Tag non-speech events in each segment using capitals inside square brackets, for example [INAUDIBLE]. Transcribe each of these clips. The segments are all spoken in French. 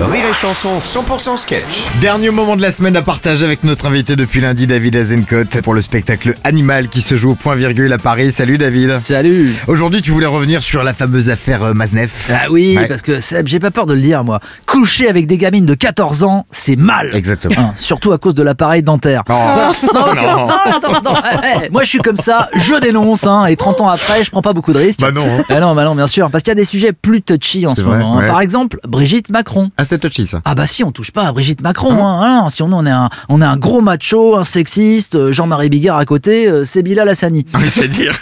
Rire et Chanson 100% sketch. Dernier moment de la semaine à partager avec notre invité depuis lundi, David Azencote, pour le spectacle Animal qui se joue au point virgule à Paris. Salut David. Salut Aujourd'hui, tu voulais revenir sur la fameuse affaire euh, Maznef. Ah oui, Ouais. parce que Seb, j'ai pas peur de le dire moi. Coucher avec des gamines de 14 ans, c'est mal Exactement. Hein, Surtout à cause de l'appareil dentaire. Oh. Non, parce [LAUGHS] que- Non. non, attends, attends. Eh, eh, moi je suis comme ça, je dénonce, hein, et 30 ans après, je prends pas beaucoup de risques. Bah non, hein. Ah non, bah non, bien sûr, parce qu'il y a des sujets plus touchy en C'est ce vrai, moment. hein. ouais. Par exemple, Brigitte Macron. Ah, c'est touchy ça. Ah bah si, on touche pas à Brigitte Macron. hein. Ah non, si on, on, est un, on est un gros macho, un sexiste, euh, Jean-Marie Bigard à côté, euh, c'est Bilal Hassani. Ah, c'est dire.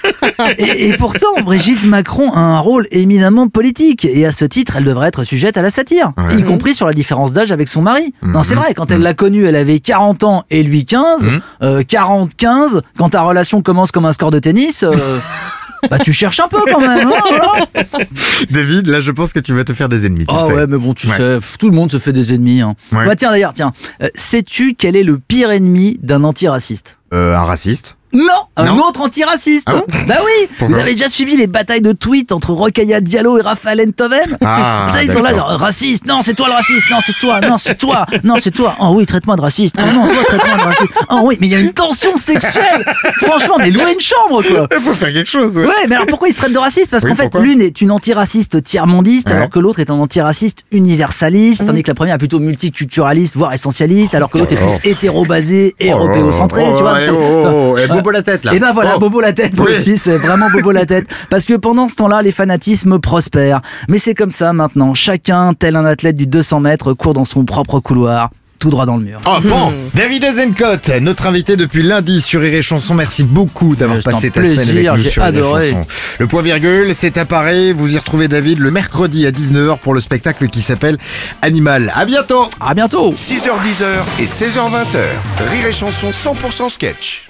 Et, et pourtant, Brigitte Macron a un rôle éminemment politique. Et à ce titre, elle devrait être sujette à la satire. Ouais. Y compris sur la différence d'âge avec son mari. Non, c'est Mhm. vrai, quand elle l'a connu, elle avait 40 ans et lui 15. Mhm. euh, 40-15, quand ta relation commence comme un score de [LAUGHS] tennis, euh, bah tu cherches un peu quand même. hein, voilà. [LAUGHS] David, là, je pense que tu vas te faire des ennemis. tu Ah le sais. ouais, mais bon, tu Ouais. sais, pff, tout le monde se fait des ennemis. hein. Ouais. Bah tiens, d'ailleurs, tiens, euh, sais-tu quel est le pire ennemi d'un antiraciste Euh, un raciste. Non, un Non. autre antiraciste. Ah bon bah oui, Pourquoi vous avez déjà suivi les batailles de tweets entre Rokhaya Diallo et Raphaël Enthoven Ah, Ça, ils sont là d'accord. genre raciste. Non, c'est toi le raciste. Non, c'est toi. Non, c'est toi. Non, c'est toi. Oh oui, traite-moi de raciste. Oh non, toi traite-moi de raciste. Oh oui, mais il y a une tension sexuelle. Franchement, mais louez une chambre quoi. Il faut faire quelque chose, ouais. Ouais, mais alors pourquoi ils se traitent de racistes Parce Oui, qu'en fait, pourquoi l'une est une antiraciste tiers-mondiste, Ouais. Mhm. alors que l'autre est un antiraciste universaliste, tandis que la première est plutôt multiculturaliste, voire essentialiste, alors que l'autre est Oh. plus hétéro-basé, Oh là là. européocentré, Oh tu vois. là, tu eh, sais. oh, oh, oh, eh, Ouais. Bobo la tête, là. Et ben voilà, Oh. Bobo la tête, moi Oui. aussi, c'est vraiment Bobo [LAUGHS] la tête. Parce que pendant ce temps-là, les fanatismes prospèrent. Mais c'est comme ça maintenant. Chacun, tel un athlète du 200 mètres, court dans son propre couloir, tout droit dans le mur. Oh bon, Mhm. David Azencote, notre invité depuis lundi sur Rire et Chanson, merci beaucoup d'avoir C'est un passé ta plaisir, semaine avec nous j'ai sur Rire et adoré. Chanson. Le point virgule, c'est à Paris, vous y retrouvez David le mercredi à 19h pour le spectacle qui s'appelle Animal. À bientôt À bientôt 6h10 et 16h20. Rire et Chanson 100% sketch.